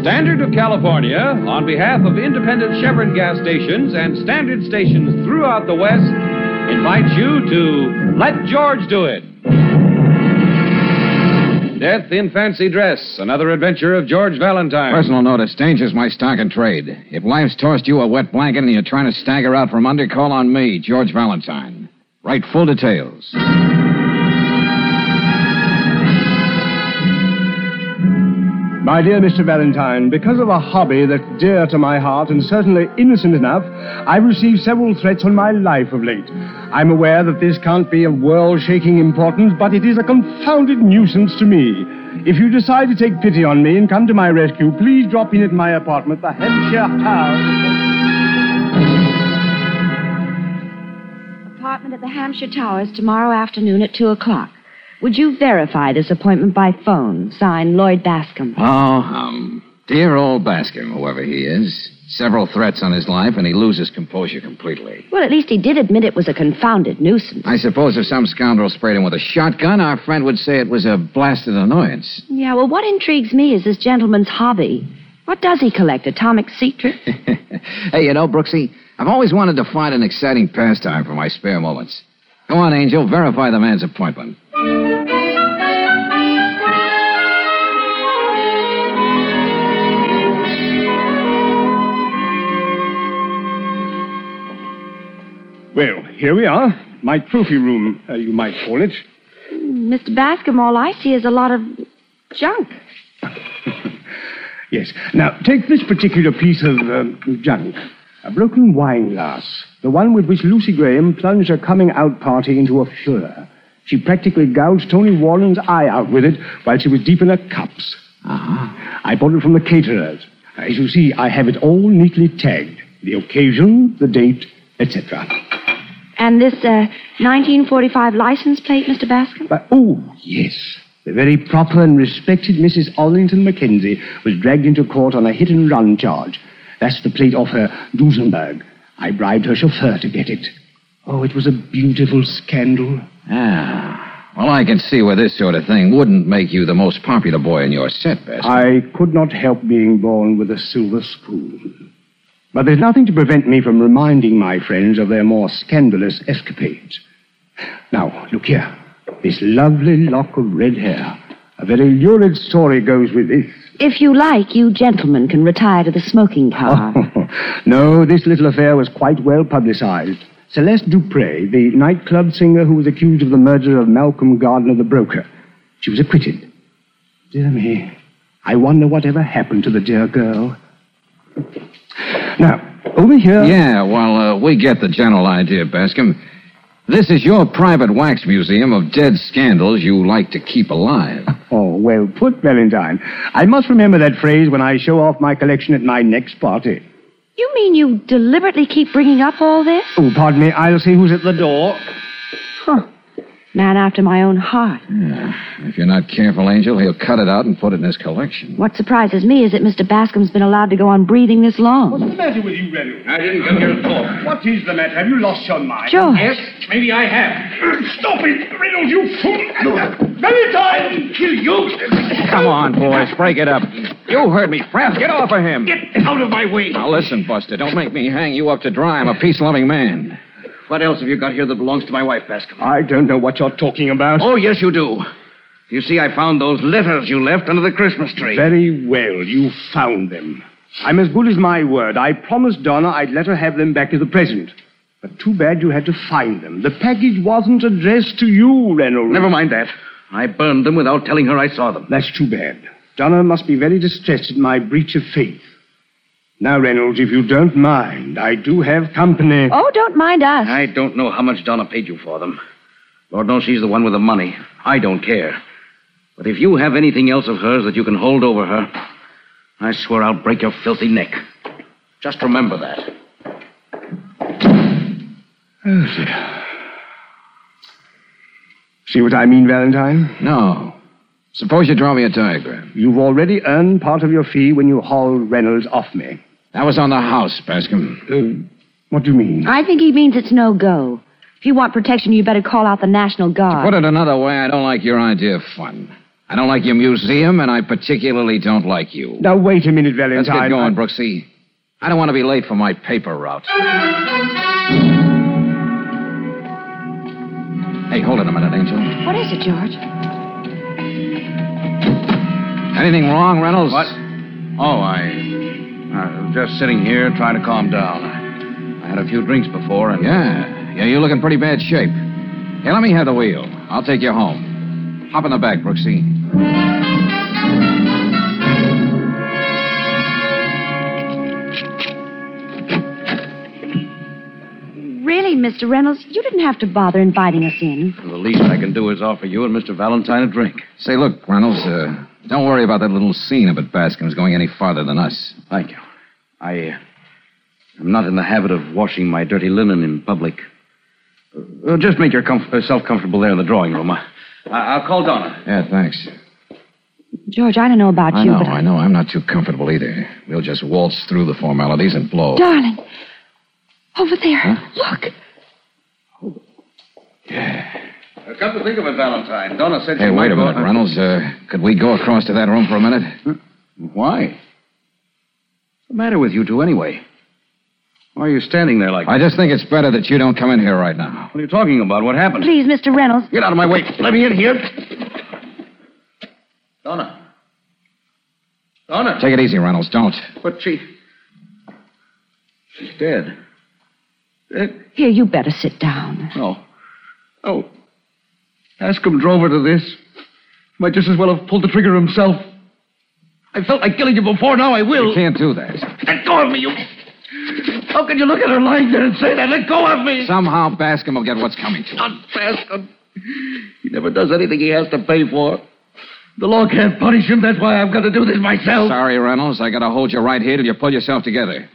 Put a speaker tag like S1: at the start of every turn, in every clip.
S1: Standard of California, on behalf of independent Chevron gas stations and standard stations throughout the West, invites you to Let George Do It. Death in Fancy Dress, another adventure of George Valentine.
S2: Personal notice, danger's my stock and trade. If life's tossed you a wet blanket and you're trying to stagger out from under, call on me, George Valentine. Write full details.
S3: My dear Mr. Valentine, because of a hobby that's dear to my heart and certainly innocent enough, I've received several threats on my life of late. I'm aware that this can't be of world shaking importance, but it is a confounded nuisance to me. If you decide to take pity on me and come to my rescue, please drop in at my apartment, the Hampshire House.
S4: Apartment at the Hampshire Towers tomorrow afternoon at 2 o'clock. Would you verify this appointment by phone? Signed, Lloyd Bascom.
S2: Oh, um, dear old Bascom, whoever he is. Several threats on his life, and he loses composure completely.
S4: Well, at least he did admit it was a confounded nuisance.
S2: I suppose if some scoundrel sprayed him with a shotgun, our friend would say it was a blasted annoyance.
S4: Yeah, well, what intrigues me is this gentleman's hobby. What does he collect? Atomic secrets?
S2: Hey, you know, Brooksy, I've always wanted to find an exciting pastime for my spare moments. Go on, Angel, verify the man's appointment.
S3: Well, here we are. My trophy room, uh, you might call it.
S4: Mr. Bascom, all I see is a lot of junk.
S3: Yes. Now, take this particular piece of um, junk. A broken wine glass. The one with which Lucy Graham plunged her coming out party into a furor. She practically gouged Tony Warren's eye out with it while she was deep in her cups.
S2: Uh-huh.
S3: Ah. I bought it from the caterers. As you see, I have it all neatly tagged. The occasion, the date, etc.
S4: And this uh, 1945 license plate, Mr. Bascom?
S3: But, oh, yes. The very proper and respected Mrs. Arlington Mackenzie was dragged into court on a hit and run charge. That's the plate off her Dusenberg. I bribed her chauffeur to get it. Oh, it was a beautiful scandal.
S2: Ah. Well, I can see where this sort of thing wouldn't make you the most popular boy in your set, Bascom.
S3: I could not help being born with a silver spoon. But there's nothing to prevent me from reminding my friends of their more scandalous escapades. Now, look here. This lovely lock of red hair. A very lurid story goes with this.
S4: If you like, you gentlemen can retire to the smoking car.
S3: no, this little affair was quite well publicized. Celeste Dupre, the nightclub singer who was accused of the murder of Malcolm Gardner, the broker, she was acquitted. Dear me, I wonder whatever happened to the dear girl. Now, over here.
S2: Yeah, well, uh, we get the general idea, Bascom. This is your private wax museum of dead scandals you like to keep alive.
S3: Oh, well put, Valentine. I must remember that phrase when I show off my collection at my next party.
S4: You mean you deliberately keep bringing up all this?
S3: Oh, pardon me, I'll see who's at the door.
S4: Huh. Man after my own heart.
S2: If you're not careful, Angel, he'll cut it out and put it in his collection.
S4: What surprises me is that Mr. Bascom's been allowed to go on breathing this long.
S3: What's the matter with you, Reddy?
S5: I didn't come here to talk.
S3: What is the matter? Have you lost your mind?
S4: George,
S5: Yes, maybe I have.
S3: Stop it, Reynolds, you fool! Valentine!
S5: Kill you.
S2: Come on, boys, break it up. You heard me, Frank. Get off of him.
S5: Get out of my way.
S2: Now listen, Buster. Don't make me hang you up to dry. I'm a peace-loving man.
S5: What else have you got here that belongs to my wife, Bascom?
S3: I don't know what you're talking about.
S5: Oh, yes, you do. You see, I found those letters you left under the Christmas tree.
S3: Very well, you found them. I'm as good as my word. I promised Donna I'd let her have them back as a present. But too bad you had to find them. The package wasn't addressed to you, Reynolds.
S5: Never mind that. I burned them without telling her I saw them.
S3: That's too bad. Donna must be very distressed at my breach of faith. Now, Reynolds, if you don't mind, I do have company.
S4: Oh, don't mind us.
S5: I don't know how much Donna paid you for them. Lord knows she's the one with the money. I don't care. But if you have anything else of hers that you can hold over her, I swear I'll break your filthy neck. Just remember that.
S3: See what I mean, Valentine?
S2: No. Suppose you draw me a diagram.
S3: You've already earned part of your fee when you hauled Reynolds off me.
S2: That was on the house, Bascom.
S3: Uh, What do you mean?
S4: I think he means it's no go. If you want protection, you better call out the National Guard.
S2: Put it another way, I don't like your idea of fun. I don't like your museum, and I particularly don't like you.
S6: Now, wait a minute, Valentine.
S2: Let's get going, Brooksy. I don't want to be late for my paper route. Hey, hold it a minute, Angel.
S4: What is it, George?
S2: Anything wrong, Reynolds?
S5: What? Oh, I. I was just sitting here trying to calm down. I had a few drinks before and.
S2: Yeah. Yeah, you look in pretty bad shape. Hey, let me have the wheel. I'll take you home. Hop in the back, Brooksy.
S4: Really, Mr. Reynolds, you didn't have to bother inviting us in.
S5: The least I can do is offer you and Mr. Valentine a drink.
S2: Say, look, Reynolds, uh, don't worry about that little scene up at Bascom's going any farther than us.
S5: Thank you. I. Uh, I'm not in the habit of washing my dirty linen in public. Uh, just make yourself comfortable there in the drawing room. I, I'll call Donna.
S2: Yeah, thanks.
S4: George, I don't know about
S2: I
S4: you,
S2: know,
S4: but.
S2: I know. I'm not too comfortable either. We'll just waltz through the formalities and blow.
S4: Darling, over there. Look.
S5: Come to think of it, Valentine, Donna said
S2: Hey, wait a minute, Reynolds. Uh, could we go across to that room for a minute?
S5: Why? What's the matter with you two, anyway? Why are you standing there like
S2: I just think it's better that you don't come in here right now.
S5: What are you talking about? What happened?
S4: Please, Mr. Reynolds.
S5: Get out of my way. Let me in here. Donna. Donna.
S2: Take it easy, Reynolds. Don't.
S5: But she. She's dead. Dead?
S4: Here, you better sit down.
S5: No. No. Ascom drove her to this. Might just as well have pulled the trigger himself. I felt like killing you before, now I will.
S2: You can't do that.
S5: Let go of me, you. How can you look at her lying there and say that? Let go of me.
S2: Somehow Bascom will get what's coming to him.
S5: Not Bascom. He never does anything he has to pay for. The law can't punish him. That's why I've got to do this myself.
S2: Sorry, Reynolds. I gotta hold you right here till you pull yourself together.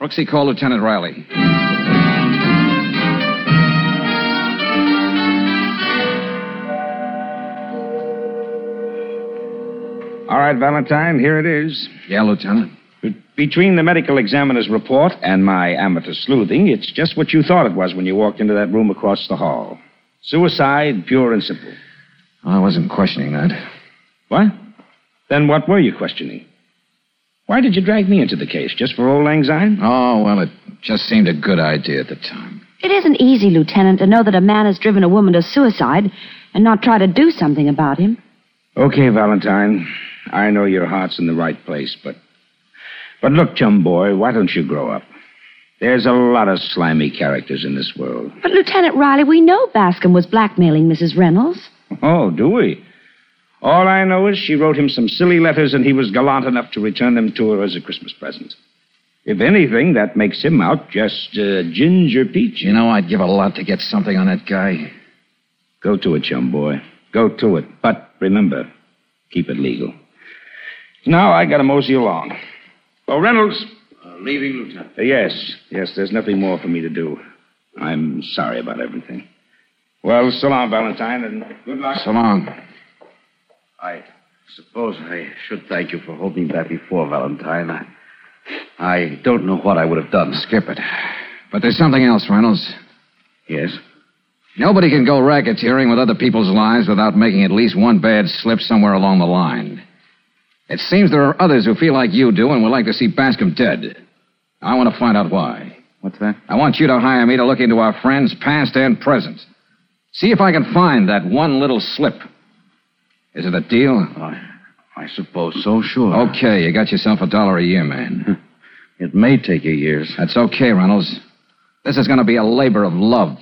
S2: Brooksy, call Lieutenant Riley.
S3: All right, Valentine, here it is.
S2: Yeah, Lieutenant.
S3: Between the medical examiner's report and my amateur sleuthing, it's just what you thought it was when you walked into that room across the hall. Suicide, pure and simple.
S2: Oh, I wasn't questioning that.
S3: What? Then what were you questioning? Why did you drag me into the case? Just for old lang syne?
S2: Oh, well, it just seemed a good idea at the time.
S4: It isn't easy, Lieutenant, to know that a man has driven a woman to suicide and not try to do something about him.
S3: Okay, Valentine. I know your heart's in the right place, but. But look, chum boy, why don't you grow up? There's a lot of slimy characters in this world.
S4: But, Lieutenant Riley, we know Bascom was blackmailing Mrs. Reynolds.
S3: Oh, do we? All I know is she wrote him some silly letters and he was gallant enough to return them to her as a Christmas present. If anything, that makes him out just uh, ginger peach.
S2: You know, I'd give a lot to get something on that guy.
S3: Go to it, chum boy. Go to it. But remember, keep it legal. Now I gotta mosey along. Oh, Reynolds.
S5: leaving, Lieutenant.
S3: Uh, yes, yes, there's nothing more for me to do. I'm sorry about everything. Well, so long, Valentine, and good luck.
S2: So long.
S5: I suppose I should thank you for holding me back before, Valentine. I, I don't know what I would have done.
S2: Skip it. But there's something else, Reynolds.
S5: Yes?
S2: Nobody can go racketeering with other people's lives without making at least one bad slip somewhere along the line. It seems there are others who feel like you do and would like to see Bascom dead. I want to find out why.
S5: What's that?
S2: I want you to hire me to look into our friends, past and present. See if I can find that one little slip. Is it a deal?
S5: I, I suppose so, sure.
S2: Okay, you got yourself a dollar a year, man.
S5: It may take you years.
S2: That's okay, Reynolds. This is going to be a labor of love.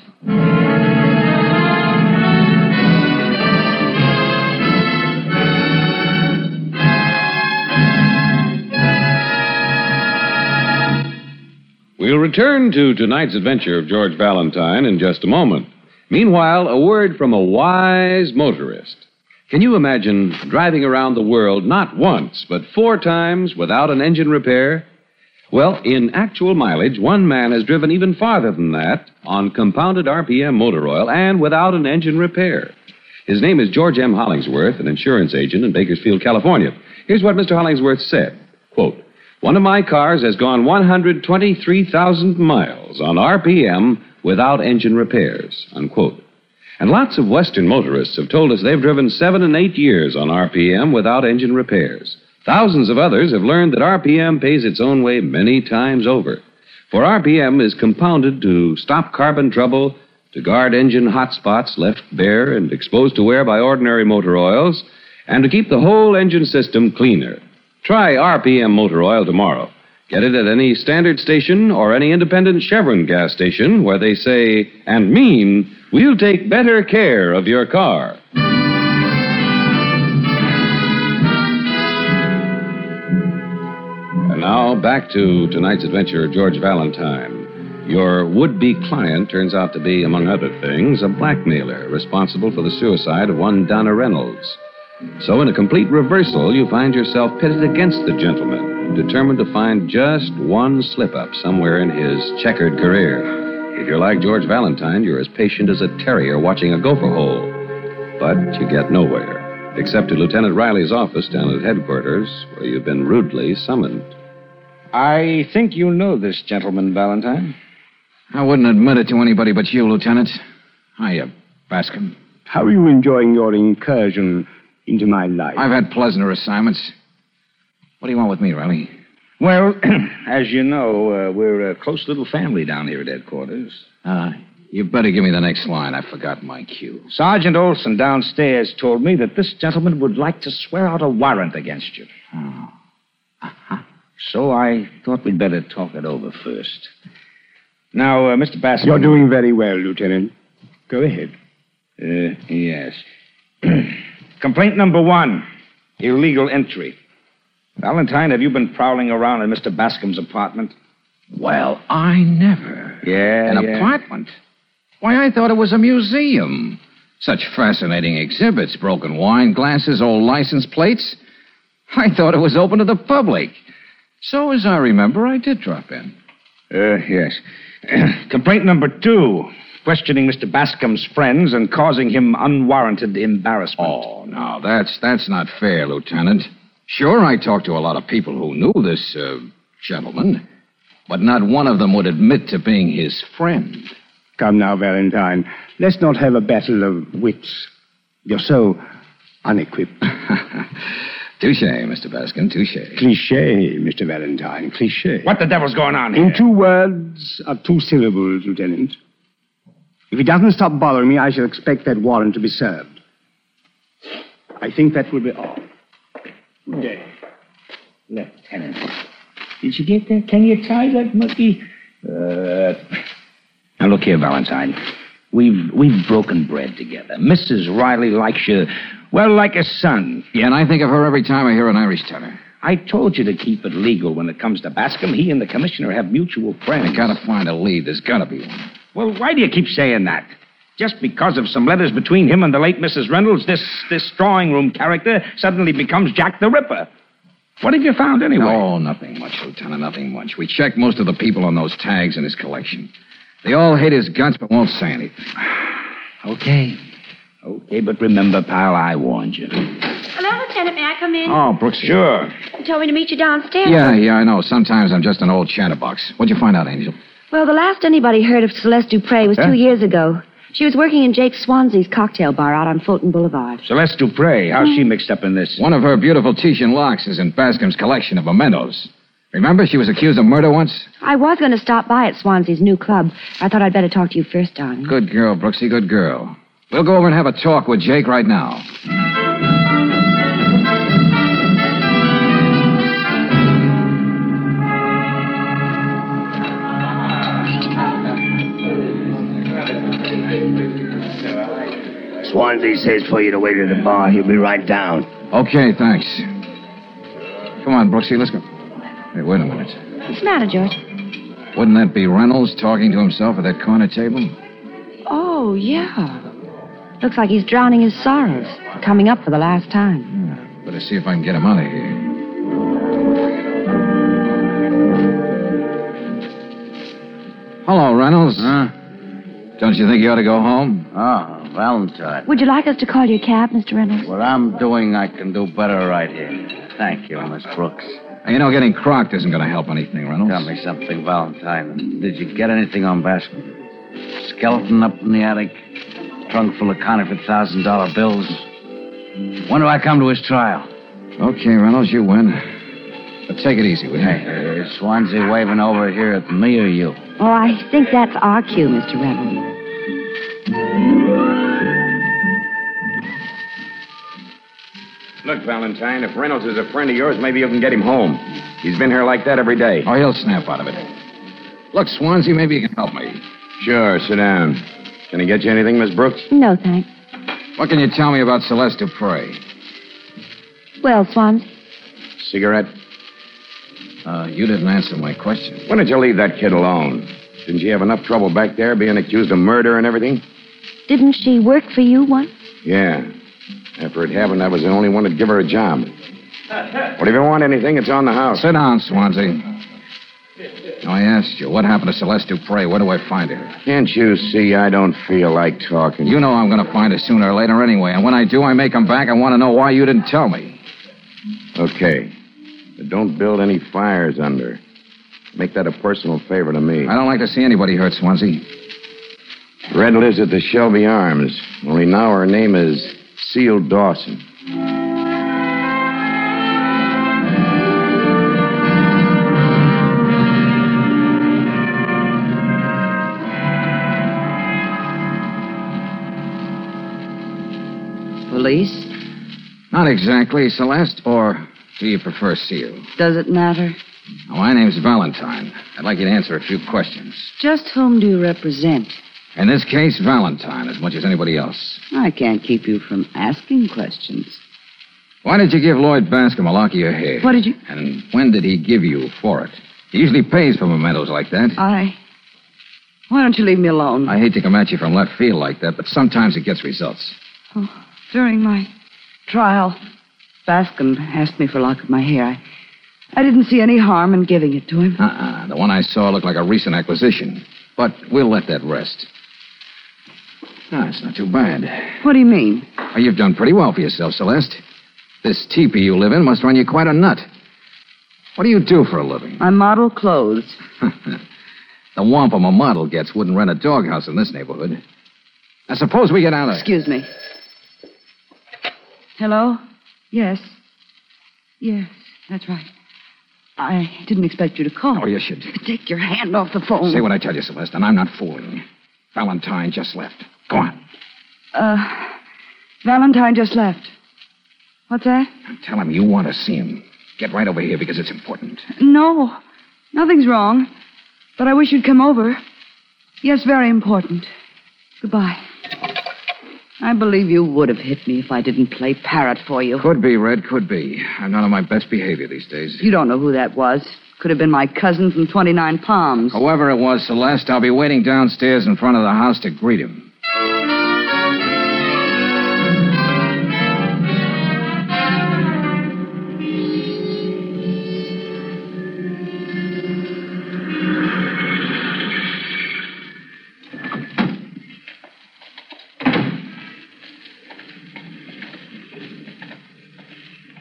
S7: We'll return to tonight's adventure of George Valentine in just a moment. Meanwhile, a word from a wise motorist. Can you imagine driving around the world not once, but four times without an engine repair? Well, in actual mileage, one man has driven even farther than that on compounded RPM motor oil and without an engine repair. His name is George M. Hollingsworth, an insurance agent in Bakersfield, California. Here's what Mr. Hollingsworth said Quote, One of my cars has gone 123,000 miles on RPM without engine repairs. Unquote.
S2: And lots of Western motorists have told us they've driven seven and eight years on RPM without engine repairs. Thousands of others have learned that RPM pays its own way many times over. For RPM is compounded to stop carbon trouble, to guard engine hot spots left bare and exposed to wear by ordinary motor oils, and to keep the whole engine system cleaner. Try RPM motor oil tomorrow. Get it at any standard station or any independent Chevron gas station where they say and mean, we'll take better care of your car. And now back to tonight's adventure, George Valentine. Your would be client turns out to be, among other things, a blackmailer responsible for the suicide of one Donna Reynolds. So, in a complete reversal, you find yourself pitted against the gentleman, determined to find just one slip up somewhere in his checkered career. If you're like George Valentine, you're as patient as a terrier watching a gopher hole. But you get nowhere, except to Lieutenant Riley's office down at headquarters, where you've been rudely summoned.
S8: I think you know this gentleman, Valentine.
S5: I wouldn't admit it to anybody but you, Lieutenant. Hiya, Bascom.
S3: How are you enjoying your incursion into my life?
S5: I've had pleasanter assignments. What do you want with me, Riley?
S8: Well, as you know, uh, we're a close little family down here at headquarters.
S5: Uh, you better give me the next line. I forgot my cue.
S8: Sergeant Olson downstairs told me that this gentleman would like to swear out a warrant against you.
S5: Oh. Uh-huh.
S8: So I thought we'd better talk it over first. Now, uh, Mr. Bascom.
S3: You're doing very well, Lieutenant. Go ahead.
S8: Uh, yes. Complaint number one illegal entry. Valentine, have you been prowling around in Mr. Bascom's apartment?
S5: Well, I never.
S8: Yeah.
S5: An
S8: yeah.
S5: apartment? Why, I thought it was a museum. Such fascinating exhibits broken wine glasses, old license plates. I thought it was open to the public. So, as I remember, I did drop in.
S8: Uh, yes. Complaint number two questioning Mr. Bascom's friends and causing him unwarranted embarrassment.
S5: Oh, now, that's, that's not fair, Lieutenant. Sure, I talked to a lot of people who knew this uh, gentleman, but not one of them would admit to being his friend.
S3: Come now, Valentine. Let's not have a battle of wits. You're so unequipped.
S5: touche, Mr. Bascom, touche.
S3: Cliche, Mr. Valentine, cliche.
S8: What the devil's going on here?
S3: In two words of two syllables, Lieutenant. If he doesn't stop bothering me, I shall expect that warrant to be served. I think that will be all. Good day.
S9: Lieutenant, did you get that? Can you tie that monkey? Uh, now look here, Valentine. We've we've broken bread together. Mrs. Riley likes you, well, like a son.
S5: Yeah, and I think of her every time I hear an Irish tenor.
S9: I told you to keep it legal when it comes to Bascom. He and the commissioner have mutual friends.
S5: I gotta find a lead. There's gotta be one.
S8: Well, why do you keep saying that? Just because of some letters between him and the late Mrs. Reynolds, this this drawing room character suddenly becomes Jack the Ripper. What have you found anyway?
S5: Oh, nothing much, Lieutenant, nothing much. We checked most of the people on those tags in his collection. They all hate his guts but won't say anything.
S9: Okay. Okay, but remember, pal, I warned you.
S4: Hello, Lieutenant. May I come in?
S5: Oh, Brooks.
S8: Sure.
S4: You told me to meet you downstairs.
S5: Yeah, yeah, I know. Sometimes I'm just an old chatterbox. What'd you find out, Angel?
S4: Well, the last anybody heard of Celeste Dupre was two years ago. She was working in Jake Swansea's cocktail bar out on Fulton Boulevard.
S8: Celeste Dupre, how's she mixed up in this?
S5: One of her beautiful Titian locks is in Bascom's collection of mementos. Remember, she was accused of murder once?
S4: I was going to stop by at Swansea's new club. I thought I'd better talk to you first, Don.
S5: Good girl, Brooksy, good girl. We'll go over and have a talk with Jake right now.
S10: Swansea says for you to wait at the bar. He'll be right down.
S5: Okay, thanks. Come on, Brooksy, let's go. Hey, wait a minute.
S4: What's the matter, George?
S5: Wouldn't that be Reynolds talking to himself at that corner table?
S4: Oh, yeah. Looks like he's drowning his sorrows, coming up for the last time.
S5: Better see if I can get him out of here. Hello, Reynolds.
S9: Huh?
S5: Don't you think you ought to go home?
S9: Oh, Valentine.
S4: Would you like us to call your cab, Mr. Reynolds?
S9: What I'm doing, I can do better right here. Thank you, Miss Brooks.
S5: Now, You know, getting crocked isn't going to help anything, Reynolds.
S9: Tell me something, Valentine. Did you get anything on Bascom? Skeleton up in the attic?
S5: trunk full of counterfeit thousand dollar bills. When do I come to his trial?
S2: Okay, Reynolds, you win. But take it easy, will you?
S5: Hey, is Swansea waving over here at me or you?
S4: Oh, I think that's our cue, Mr. Reynolds.
S11: Look, Valentine, if Reynolds is a friend of yours, maybe you can get him home. He's been here like that every day.
S2: Oh, he'll snap out of it. Look, Swansea, maybe you can help me.
S11: Sure, sit down. Can he get you anything, Miss Brooks?
S4: No, thanks.
S2: What can you tell me about Celeste Dupre?
S4: Well, Swans,
S11: Cigarette?
S2: Uh, you didn't answer my question.
S11: When did you leave that kid alone? Didn't she have enough trouble back there being accused of murder and everything?
S4: didn't she work for you once?
S11: Yeah. After it happened, I was the only one to give her a job. Well, if you want anything, it's on the house.
S2: Sit down, Swansea. I asked you, what happened to Celeste Dupre? Where do I find her?
S11: Can't you see I don't feel like talking?
S2: You know I'm going to find her sooner or later anyway, and when I do, I may come back. I want to know why you didn't tell me.
S11: Okay. But don't build any fires under. Make that a personal favor to me.
S2: I don't like to see anybody hurt, Swansea.
S11: Red lives at the Shelby Arms, only now her name is Seal Dawson.
S12: Police?
S2: Not exactly, Celeste, or do you prefer Seal?
S12: Does it matter?
S2: Now, my name's Valentine. I'd like you to answer a few questions.
S12: Just whom do you represent?
S2: In this case, Valentine, as much as anybody else.
S12: I can't keep you from asking questions.
S2: Why did you give Lloyd Bascom a lock of your hair?
S12: What did you.
S2: And when did he give you for it? He usually pays for mementos like that.
S12: I. Why don't you leave me alone?
S2: I hate to come at you from left field like that, but sometimes it gets results.
S12: Oh, during my trial, Bascom asked me for a lock of my hair. I, I didn't see any harm in giving it to him.
S2: Uh-uh. The one I saw looked like a recent acquisition. But we'll let that rest. Ah, it's not too bad.
S12: What do you mean?
S2: Well, you've done pretty well for yourself, Celeste. This teepee you live in must run you quite a nut. What do you do for a living?
S12: I model clothes.
S2: the wampum a model gets wouldn't rent a doghouse in this neighborhood. Now, suppose we get out of...
S12: Excuse me. Hello? Yes. Yes, that's right. I didn't expect you to call.
S2: Oh, you should.
S12: Take your hand off the phone.
S2: Say what I tell you, Celeste, and I'm not fooling you. Valentine just left. Go on.
S12: Uh, Valentine just left. What's that?
S2: Tell him you want to see him. Get right over here because it's important.
S12: No, nothing's wrong. But I wish you'd come over. Yes, very important. Goodbye. I believe you would have hit me if I didn't play parrot for you.
S2: Could be, Red, could be. I'm not on my best behavior these days.
S12: You don't know who that was. Could have been my cousin from 29 Palms.
S2: However it was, Celeste, I'll be waiting downstairs in front of the house to greet him.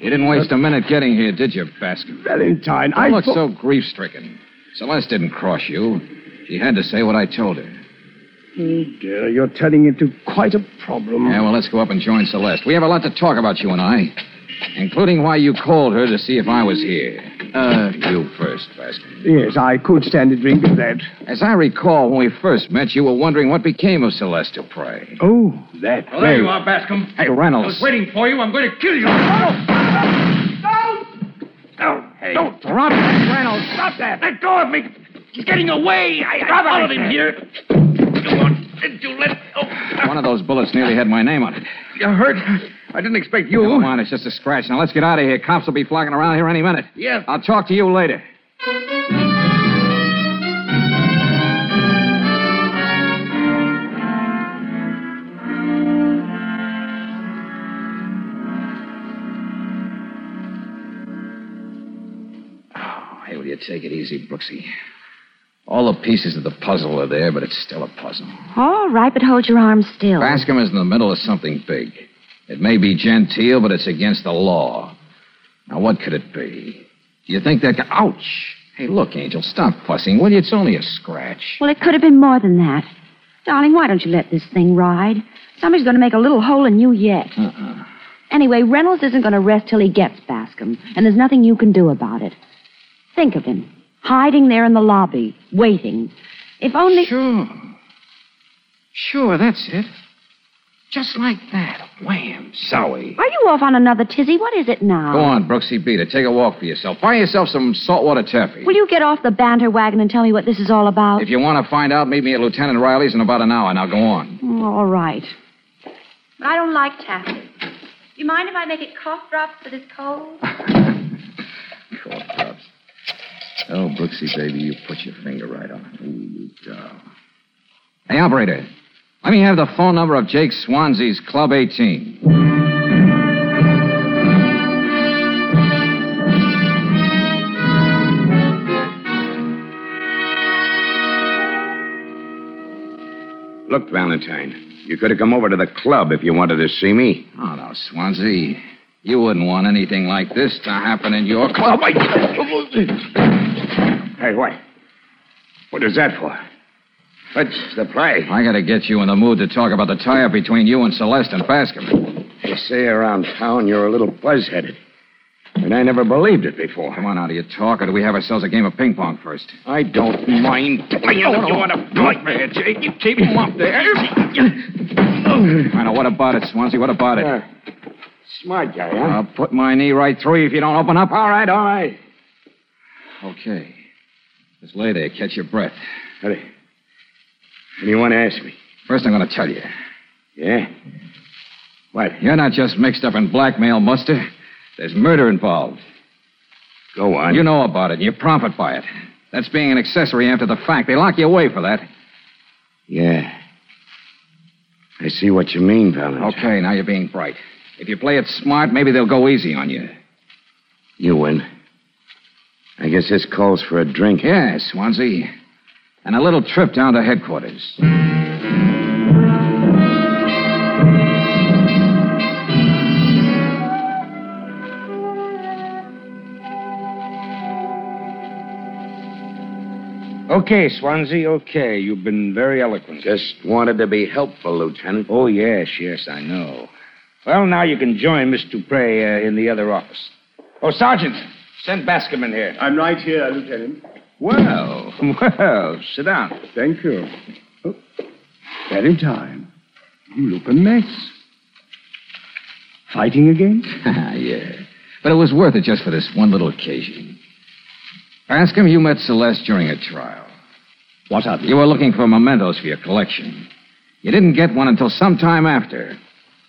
S2: You didn't waste a minute getting here, did you, Bascom?
S3: Valentine,
S2: Don't
S3: I
S2: look
S3: thought-
S2: so grief stricken. Celeste didn't cross you. She had to say what I told her.
S3: Oh, dear, you're turning into quite a problem.
S2: Yeah, well, let's go up and join Celeste. We have a lot to talk about, you and I, including why you called her to see if I was here. Uh, you first, Bascom.
S3: Yes, I could stand a drink of that.
S2: As I recall, when we first met, you were wondering what became of Celeste Dupre.
S3: Oh, that.
S5: Well, there you are, Bascom.
S2: Hey,
S5: I was
S8: Oh.
S2: Reynolds.
S5: waiting for you. I'm going to kill you. Don't! Hey. Don't
S2: Drop it, Reynolds.
S5: stop that! Let go of me! He's getting away! I, I followed him here. Go on. Didn't you let Oh,
S2: One of those bullets nearly had my name on it.
S5: you hurt. I didn't expect you.
S2: Come on, it's just a scratch. Now let's get out of here. Cops will be flocking around here any minute.
S5: Yes.
S2: I'll talk to you later. Oh, hey, will you take it easy, Brooksy? All the pieces of the puzzle are there, but it's still a puzzle.
S4: All right, but hold your arms still.
S2: Bascom is in the middle of something big. It may be genteel, but it's against the law. Now, what could it be? Do you think that? Could... Ouch! Hey, look, Angel, stop fussing, will you? It's only a scratch.
S4: Well, it could have been more than that. Darling, why don't you let this thing ride? Somebody's going to make a little hole in you yet.
S2: Uh-uh.
S4: Anyway, Reynolds isn't going to rest till he gets Bascom, and there's nothing you can do about it. Think of him, hiding there in the lobby, waiting. If only.
S13: Sure. Sure, that's it. Just like that. Wham.
S2: Zowie.
S4: Are you off on another tizzy? What is it now?
S2: Go on, Brooksy Beater. Take a walk for yourself. Buy yourself some saltwater taffy.
S4: Will you get off the banter wagon and tell me what this is all about?
S2: If you want to find out, meet me at Lieutenant Riley's in about an hour. Now go on.
S4: Mm, All right. But I don't like taffy. Do you mind if I make it cough drops for this cold?
S11: Oh, Brooksy, baby, you put your finger right on it. Ooh,
S2: Mm,
S11: you doll.
S2: Hey, operator. Let me have the phone number of Jake Swansea's Club 18.
S11: Look, Valentine, you could have come over to the club if you wanted to see me.
S2: Oh, no, Swansea. You wouldn't want anything like this to happen in your club.
S11: Oh, Hey, what? What is that for? What's the play?
S2: I gotta get you in the mood to talk about the tie-up between you and Celeste and Bascom.
S11: They say around town you're a little buzz-headed. And I never believed it before.
S2: Come on out of your talk, or do we have ourselves a game of ping pong first?
S11: I don't mind playing.
S2: Oh, no.
S11: You want to fight me, Jake? You keep him up there.
S2: I know. What about it, Swansea? What about it?
S11: Smart guy, huh?
S2: I'll put my knee right through you if you don't open up.
S11: All right, all right.
S2: Okay. Just lay there. Catch your breath.
S11: Ready. And you want to ask me?
S2: First, I'm going to tell you.
S11: Yeah? What?
S2: You're not just mixed up in blackmail, Muster. There's murder involved.
S11: Go on.
S2: You know about it. and You profit by it. That's being an accessory after the fact. They lock you away for that.
S11: Yeah. I see what you mean, Valentine.
S2: Okay, now you're being bright. If you play it smart, maybe they'll go easy on you.
S11: You win. I guess this calls for a drink.
S2: Yeah, Swansea. And a little trip down to headquarters.
S8: Okay, Swansea, okay. You've been very eloquent.
S11: Just wanted to be helpful, Lieutenant.
S8: Oh, yes, yes, I know. Well, now you can join Miss Dupre uh, in the other office. Oh, Sergeant, send Bascom in here.
S3: I'm right here, Lieutenant.
S8: Well, well, sit down.
S3: Thank you. Oh, very time. You look a mess. Fighting again?
S2: yeah. But it was worth it just for this one little occasion. Ask him you met Celeste during a trial.
S3: What of it?
S2: You were looking for mementos for your collection. You didn't get one until some time after,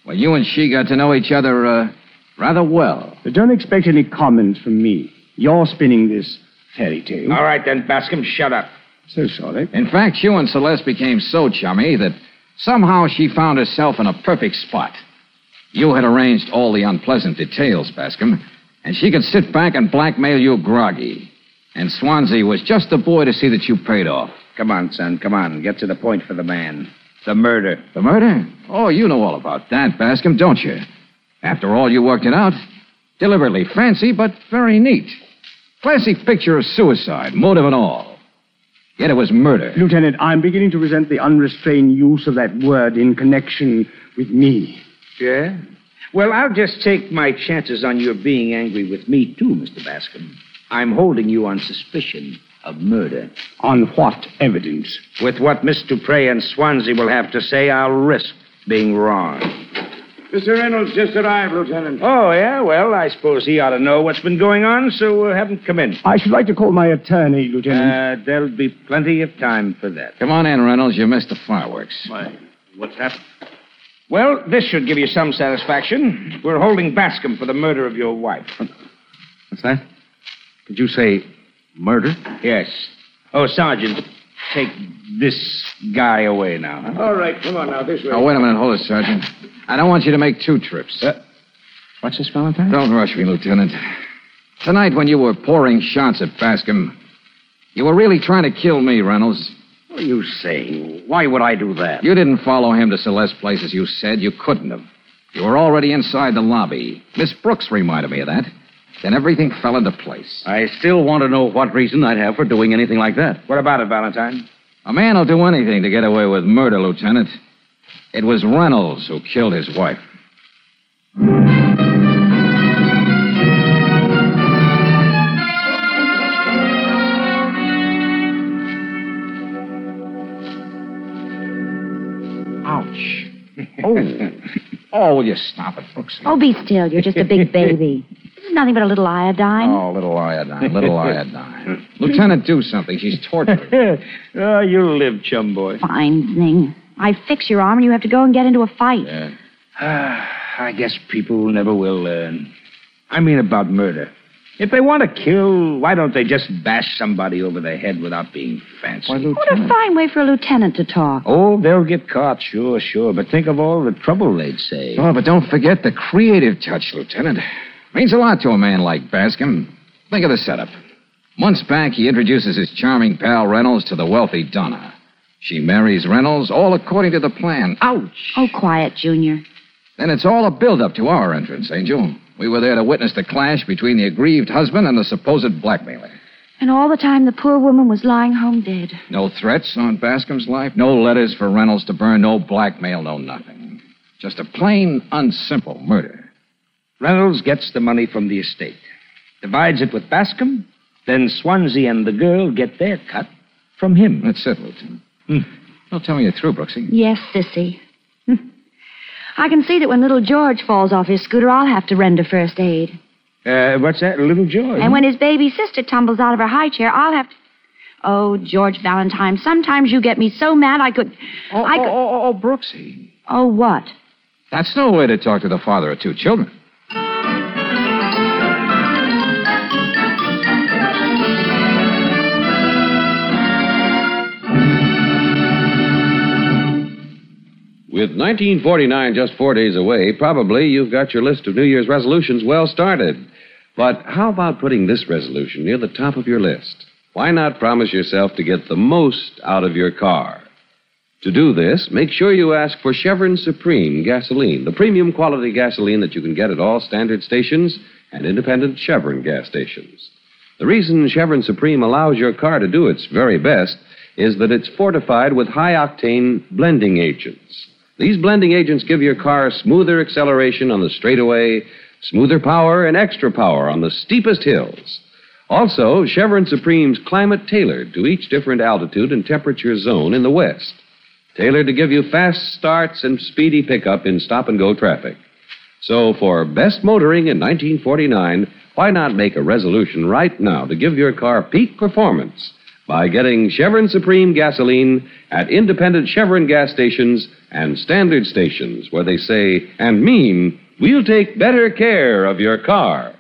S2: when you and she got to know each other uh, rather well.
S3: But don't expect any comment from me. You're spinning this fairy tale.
S8: All right, then, Bascom, shut up.
S3: So sorry.
S2: In fact, you and Celeste became so chummy that somehow she found herself in a perfect spot. You had arranged all the unpleasant details, Bascom, and she could sit back and blackmail you groggy. And Swansea was just the boy to see that you paid off.
S8: Come on, son, come on. Get to the point for the man. The murder.
S2: The murder? Oh, you know all about that, Bascom, don't you? After all, you worked it out. Deliberately fancy, but very neat. Classic picture of suicide, motive and all. Yet it was murder.
S3: Lieutenant, I'm beginning to resent the unrestrained use of that word in connection with me.
S8: Yeah? Well, I'll just take my chances on your being angry with me, too, Mr. Bascom. I'm holding you on suspicion of murder.
S3: On what evidence?
S8: With what Miss Dupre and Swansea will have to say, I'll risk being wrong.
S11: Mr. Reynolds just arrived, Lieutenant.
S8: Oh, yeah? Well, I suppose he ought to know what's been going on, so uh, have him come in.
S3: I should like to call my attorney, Lieutenant.
S11: Mm-hmm.
S8: Uh, there'll be plenty of time for that.
S2: Come on in, Reynolds. You missed the fireworks.
S8: Why, what's happened? Well, this should give you some satisfaction. We're holding Bascom for the murder of your wife.
S11: What's that? Did you say murder?
S8: Yes. Oh, Sergeant, take this guy away now. huh?
S11: All right, come on now, this way.
S2: Oh, wait a minute. Hold it, Sergeant. I don't want you to make two trips.
S5: Uh,
S11: What's this, Valentine?
S2: Don't rush me, Lieutenant. Tonight, when you were pouring shots at Bascom, you were really trying to kill me, Reynolds.
S11: What are you saying? Why would I do that?
S2: You didn't follow him to Celeste's place as you said. You couldn't have. You were already inside the lobby. Miss Brooks reminded me of that. Then everything fell into place.
S5: I still want to know what reason I'd have for doing anything like that.
S8: What about it, Valentine?
S2: A man will do anything to get away with murder, Lieutenant.
S5: It was Reynolds who killed his wife.
S14: Ouch.
S5: Oh. oh, will you stop it, Brooks?
S4: Oh, be still. You're just a big baby. This is nothing but a little iodine.
S5: Oh, little iodine, little iodine. Lieutenant, do something. She's tortured.
S8: oh, you live, chum boy.
S4: Fine thing. I fix your arm and you have to go and get into a fight.
S8: Ah, I guess people never will learn. I mean, about murder. If they want to kill, why don't they just bash somebody over the head without being fancy?
S4: What a fine way for a lieutenant to talk.
S8: Oh, they'll get caught, sure, sure. But think of all the trouble they'd save.
S5: Oh, but don't forget the creative touch, Lieutenant. Means a lot to a man like Bascom. Think of the setup. Months back, he introduces his charming pal Reynolds to the wealthy Donna. She marries Reynolds, all according to the plan. Ouch!
S4: Oh, quiet, Junior.
S5: Then it's all a build-up to our entrance, Angel. We were there to witness the clash between the aggrieved husband and the supposed blackmailer.
S4: And all the time, the poor woman was lying home dead.
S5: No threats on Bascom's life, no letters for Reynolds to burn, no blackmail, no nothing. Just a plain, unsimple murder.
S8: Reynolds gets the money from the estate, divides it with Bascom, then Swansea and the girl get their cut from him.
S5: That's it, Lieutenant. Well, tell me you're through, Brooksy.
S4: Yes, sissy. Hmm. I can see that when little George falls off his scooter, I'll have to render first aid.
S8: Uh, what's that, little George?
S4: And when his baby sister tumbles out of her high chair, I'll have to. Oh, George Valentine, sometimes you get me so mad I could.
S5: Oh,
S4: I
S5: oh,
S4: could.
S5: oh, oh, oh, Brooksy.
S4: Oh, what?
S5: That's no way to talk to the father of two children.
S2: With 1949 just four days away, probably you've got your list of New Year's resolutions well started. But how about putting this resolution near the top of your list? Why not promise yourself to get the most out of your car? To do this, make sure you ask for Chevron Supreme gasoline, the premium quality gasoline that you can get at all standard stations and independent Chevron gas stations. The reason Chevron Supreme allows your car to do its very best is that it's fortified with high octane blending agents. These blending agents give your car smoother acceleration on the straightaway, smoother power, and extra power on the steepest hills. Also, Chevron Supreme's climate tailored to each different altitude and temperature zone in the West, tailored to give you fast starts and speedy pickup in stop and go traffic. So, for best motoring in 1949, why not make a resolution right now to give your car peak performance by getting Chevron Supreme gasoline at independent Chevron gas stations and standard stations where they say and mean we'll take better care of your car.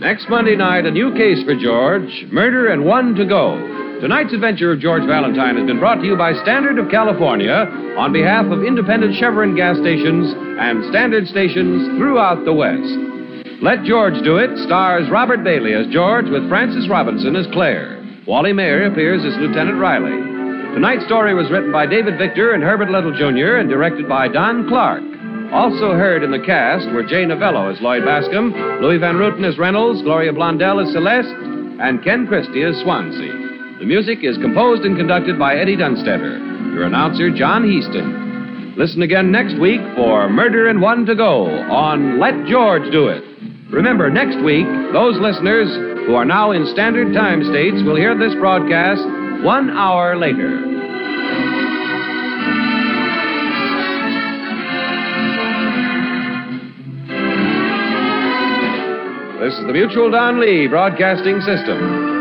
S2: Next Monday night, a new case for George Murder and One to Go. Tonight's adventure of George Valentine has been brought to you by Standard of California on behalf of independent Chevron gas stations and standard stations throughout the West. Let George Do It stars Robert Bailey as George with Francis Robinson as Claire. Wally Mayer appears as Lieutenant Riley. Tonight's story was written by David Victor and Herbert Little Jr. and directed by Don Clark. Also heard in the cast were Jay Novello as Lloyd Bascom, Louis Van Ruten as Reynolds, Gloria Blondell as Celeste, and Ken Christie as Swansea. The music is composed and conducted by Eddie Dunstetter, your announcer, John Heaston. Listen again next week for Murder and One to Go on Let George Do It. Remember, next week, those listeners who are now in standard time states will hear this broadcast one hour later. This is the Mutual Don Lee Broadcasting System.